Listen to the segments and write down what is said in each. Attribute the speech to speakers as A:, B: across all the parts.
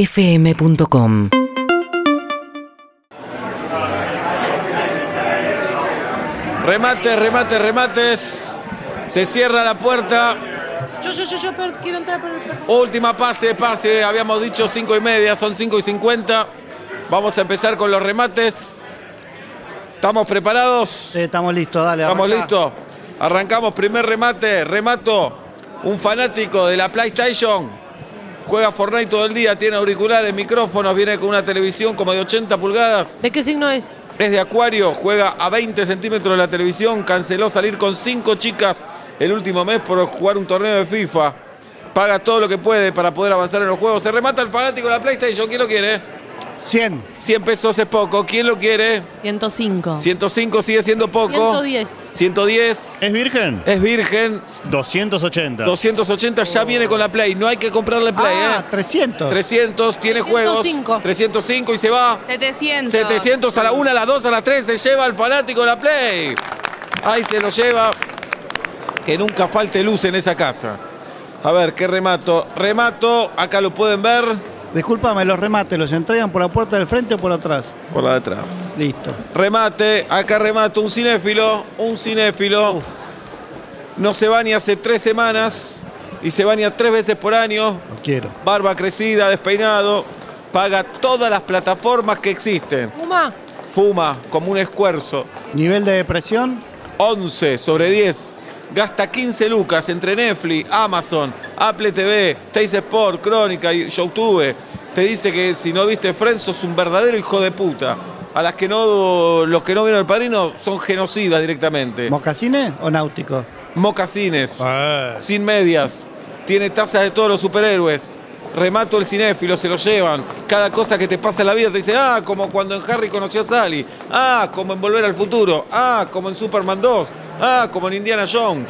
A: urbanaplayfm.com
B: Remates, remates, remates. Se cierra la puerta.
C: Yo, yo, yo, yo per- quiero entrar por el per-
B: Última pase, pase. Habíamos dicho 5 y media, son 5 y 50. Vamos a empezar con los remates. ¿Estamos preparados?
D: Sí, estamos listos, dale.
B: ¿Estamos
D: arrancá.
B: listos? Arrancamos, primer remate, remato. Un fanático de la PlayStation. Juega Fortnite todo el día, tiene auriculares, micrófonos, viene con una televisión como de 80 pulgadas.
C: ¿De qué signo es?
B: Es de Acuario, juega a 20 centímetros de la televisión, canceló salir con cinco chicas el último mes por jugar un torneo de FIFA. Paga todo lo que puede para poder avanzar en los juegos. Se remata el fanático de la PlayStation. ¿Quién lo quiere?
D: 100.
B: 100 pesos es poco. ¿Quién lo quiere?
C: 105.
B: 105 sigue siendo poco.
C: 110.
B: 110.
E: ¿Es virgen?
B: Es virgen.
E: 280.
B: 280 ya viene con la Play. No hay que comprarle Play,
D: Ah,
B: ¿eh?
D: 300.
B: 300, tiene juegos.
C: 305.
B: 305 y se va.
F: 700.
B: 700 a la 1, a la 2, a la 3 se lleva el fanático de la Play. Ahí se lo lleva. Que nunca falte luz en esa casa. A ver, qué remato. Remato, acá lo pueden ver
D: Discúlpame, los remates, ¿los entregan por la puerta del frente o por atrás?
B: por la de atrás.
D: Listo.
B: Remate, acá remato un cinéfilo, un cinéfilo. No se baña hace tres semanas y se baña tres veces por año.
D: Lo quiero.
B: Barba crecida, despeinado. Paga todas las plataformas que existen.
C: Puma.
B: Fuma como un escuerzo.
D: Nivel de depresión,
B: 11 sobre 10. Gasta 15 lucas entre Netflix, Amazon, Apple TV, Tays Sport, Crónica y YouTube. Te dice que si no viste Friends sos un verdadero hijo de puta. A las que no, los que no vieron el padrino son genocidas directamente.
D: mocasine o náutico.
B: Mocasines,
E: Ah,
B: sin medias. Tiene tazas de todos los superhéroes. Remato el cinéfilo, se lo llevan. Cada cosa que te pasa en la vida te dice, ah, como cuando en Harry conoció a Sally. Ah, como en Volver al Futuro. Ah, como en Superman 2. Ah, como en Indiana Jones.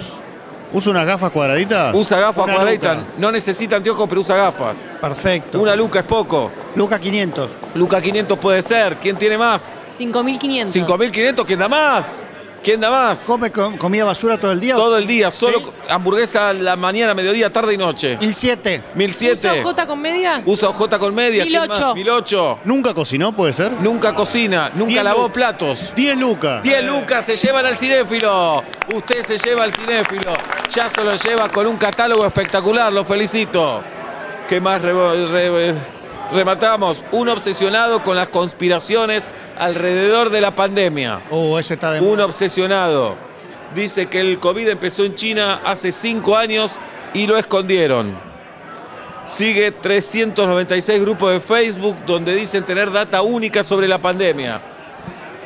E: ¿Usa unas gafas cuadraditas?
B: Usa gafas
E: Una
B: cuadraditas.
E: nuca.
B: No necesita anteojos, pero usa gafas.
D: Perfecto.
B: Una luca es poco.
D: Luca 500.
B: Luca 500 puede ser. ¿Quién tiene más?
C: 5500.
B: 5500, ¿quién da más? ¿Quién da más?
D: ¿Come com- comida basura todo el día?
B: Todo el día, solo
D: Sí.
B: hamburguesa a la mañana, mediodía, tarde y noche.
D: 1007.
B: 1007.
C: ¿Uso J con media?
B: Usa OJ con media. ¿quién más?
C: 1008.
B: 1008.
E: ¿Nunca cocinó, puede ser?
B: Nunca cocina, nunca
E: Diez
B: lavó
E: lu-
B: platos.
E: 10 lucas.
B: 10 lucas se llevan al cinéfilo. Usted se lleva al cinéfilo. Ya se lo lleva con un catálogo espectacular. Lo felicito. ¿Qué más re- re- rematamos? Un obsesionado con las conspiraciones alrededor de la pandemia.
D: Uh, ese está de
B: Un obsesionado. Dice que el COVID empezó en China hace cinco años y lo escondieron. Sigue 396 grupos de Facebook donde dicen tener data única sobre la pandemia.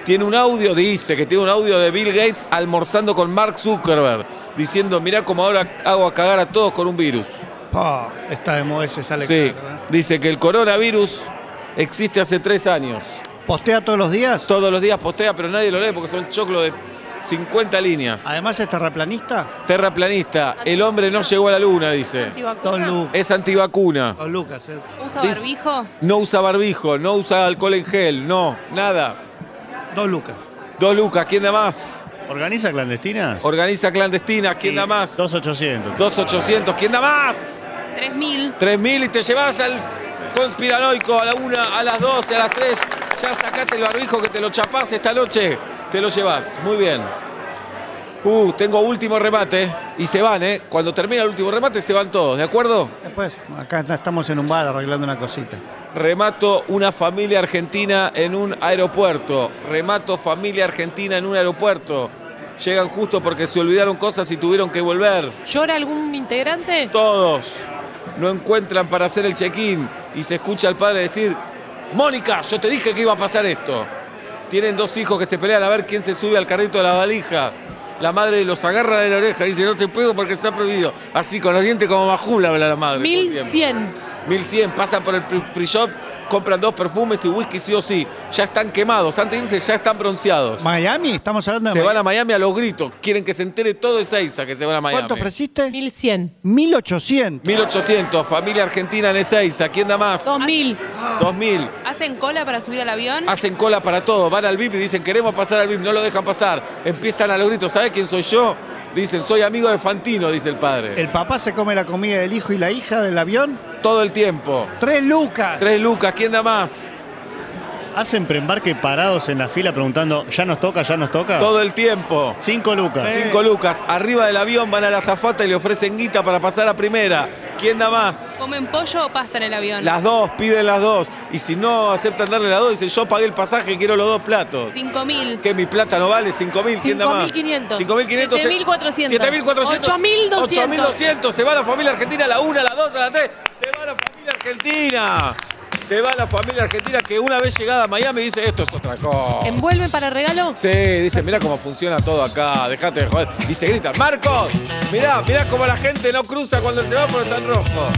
B: Tiene un audio, dice que tiene un audio de Bill Gates almorzando con Mark Zuckerberg, diciendo, mirá cómo ahora hago a cagar a todos con un virus.
D: Oh, está de moda ese, sale
B: Sí,
D: caro, ¿eh?
B: dice que el coronavirus existe hace tres años.
D: ¿Postea todos los días?
B: Todos los días postea, pero nadie lo lee porque son choclos de 50 líneas.
D: Además es terraplanista.
B: Terraplanista, el hombre no llegó a la luna, dice.
D: Dos
C: ¿Antivacuna?
D: lucas.
B: Es antivacuna.
D: Dos lucas. eh.
F: ¿Usa
B: Dice-
F: barbijo?
B: No usa barbijo, no usa alcohol en gel, no, nada.
D: Dos lucas.
B: Dos lucas, ¿quién da más?
E: ¿Organiza clandestinas?
B: Organiza clandestina, ¿quién da más?
E: 2800.
B: Dos 800, ¿quién da más?
F: 3000.
B: 3.000 y te llevas al conspiranoico a la una, a las 12, a las 3. Ya sacaste el barbijo que te lo chapás esta noche. Te lo llevas. Muy bien. Uh, tengo último remate. Y se van, ¿eh? Cuando termina el último remate se van todos, ¿de acuerdo?
D: Después, acá estamos en un bar arreglando una cosita.
B: Remato una familia argentina en un aeropuerto. Remato familia argentina en un aeropuerto. Llegan justo porque se olvidaron cosas y tuvieron que volver.
C: ¿Llora algún integrante?
B: Todos no encuentran para hacer el check-in y se escucha al padre decir, Mónica, yo te dije que iba a pasar esto. Tienen dos hijos que se pelean a ver quién se sube al carrito de la valija. La madre los agarra de la oreja y dice, no te puedo porque está prohibido. Así, con los dientes como majula, habla la madre. todo el tiempo.
C: 1100.
B: 1100, pasan por el free shop, compran dos perfumes y whisky sí o sí. Ya están quemados, antes de irse ya están bronceados.
D: Miami, estamos hablando de
B: Se van
D: Miami.
B: a Miami a los gritos, quieren que se entere todo Ezeiza que se van a Miami.
D: ¿Cuánto ofreciste?
C: 1100.
D: 1800.
B: 1800, familia argentina en Ezeiza, ¿quién da más?
C: 2000.
B: 2000.
F: ¿Hacen cola para subir al avión?
B: Hacen cola para todo, van al VIP y dicen queremos pasar al VIP, no lo dejan pasar. Empiezan a los gritos, ¿sabes quién soy yo? Dicen, soy amigo de Fantino, dice el padre.
D: El papá se come la comida del hijo y la hija del avión.
B: Todo el tiempo.
D: Tres lucas.
B: Tres lucas, ¿quién da más?
E: Hacen preembarque parados en la fila preguntando, ¿ya nos toca, ya nos
D: Ah.
E: toca?
B: Todo el tiempo.
E: Cinco lucas.
D: Eh.
B: Cinco lucas. Arriba del avión van a la zafata y le ofrecen guita para pasar a primera. ¿Quién da más?
F: ¿Comen pollo o pasta en el avión?
B: Las dos, piden las dos. Y si no aceptan darle las dos, dicen, yo pagué el pasaje, quiero los dos platos.
F: 5.000.
B: Que mi plata no vale 5.000, ¿quién da más?
C: 5.500.
B: 5.500.
C: 7.400.
B: 7.400.
C: 8.200.
B: 8.200. Se va la familia argentina a la 1, a la 2, a la 3. Se va la familia argentina. Se va la familia argentina que una vez llegada a Miami dice, esto es otra cosa.
C: ¿Envuelven para regalo?
B: Sí, dice, mirá cómo funciona todo acá, dejate de joder. Y se gritan, Marcos, mirá, mirá cómo la gente no cruza cuando el semáforo está en rojo.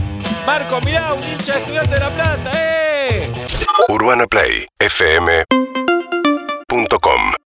B: Marcos, mirá, un hincha de estudiante de La Plata, ¡eh!
A: UrbanaPlay fm.com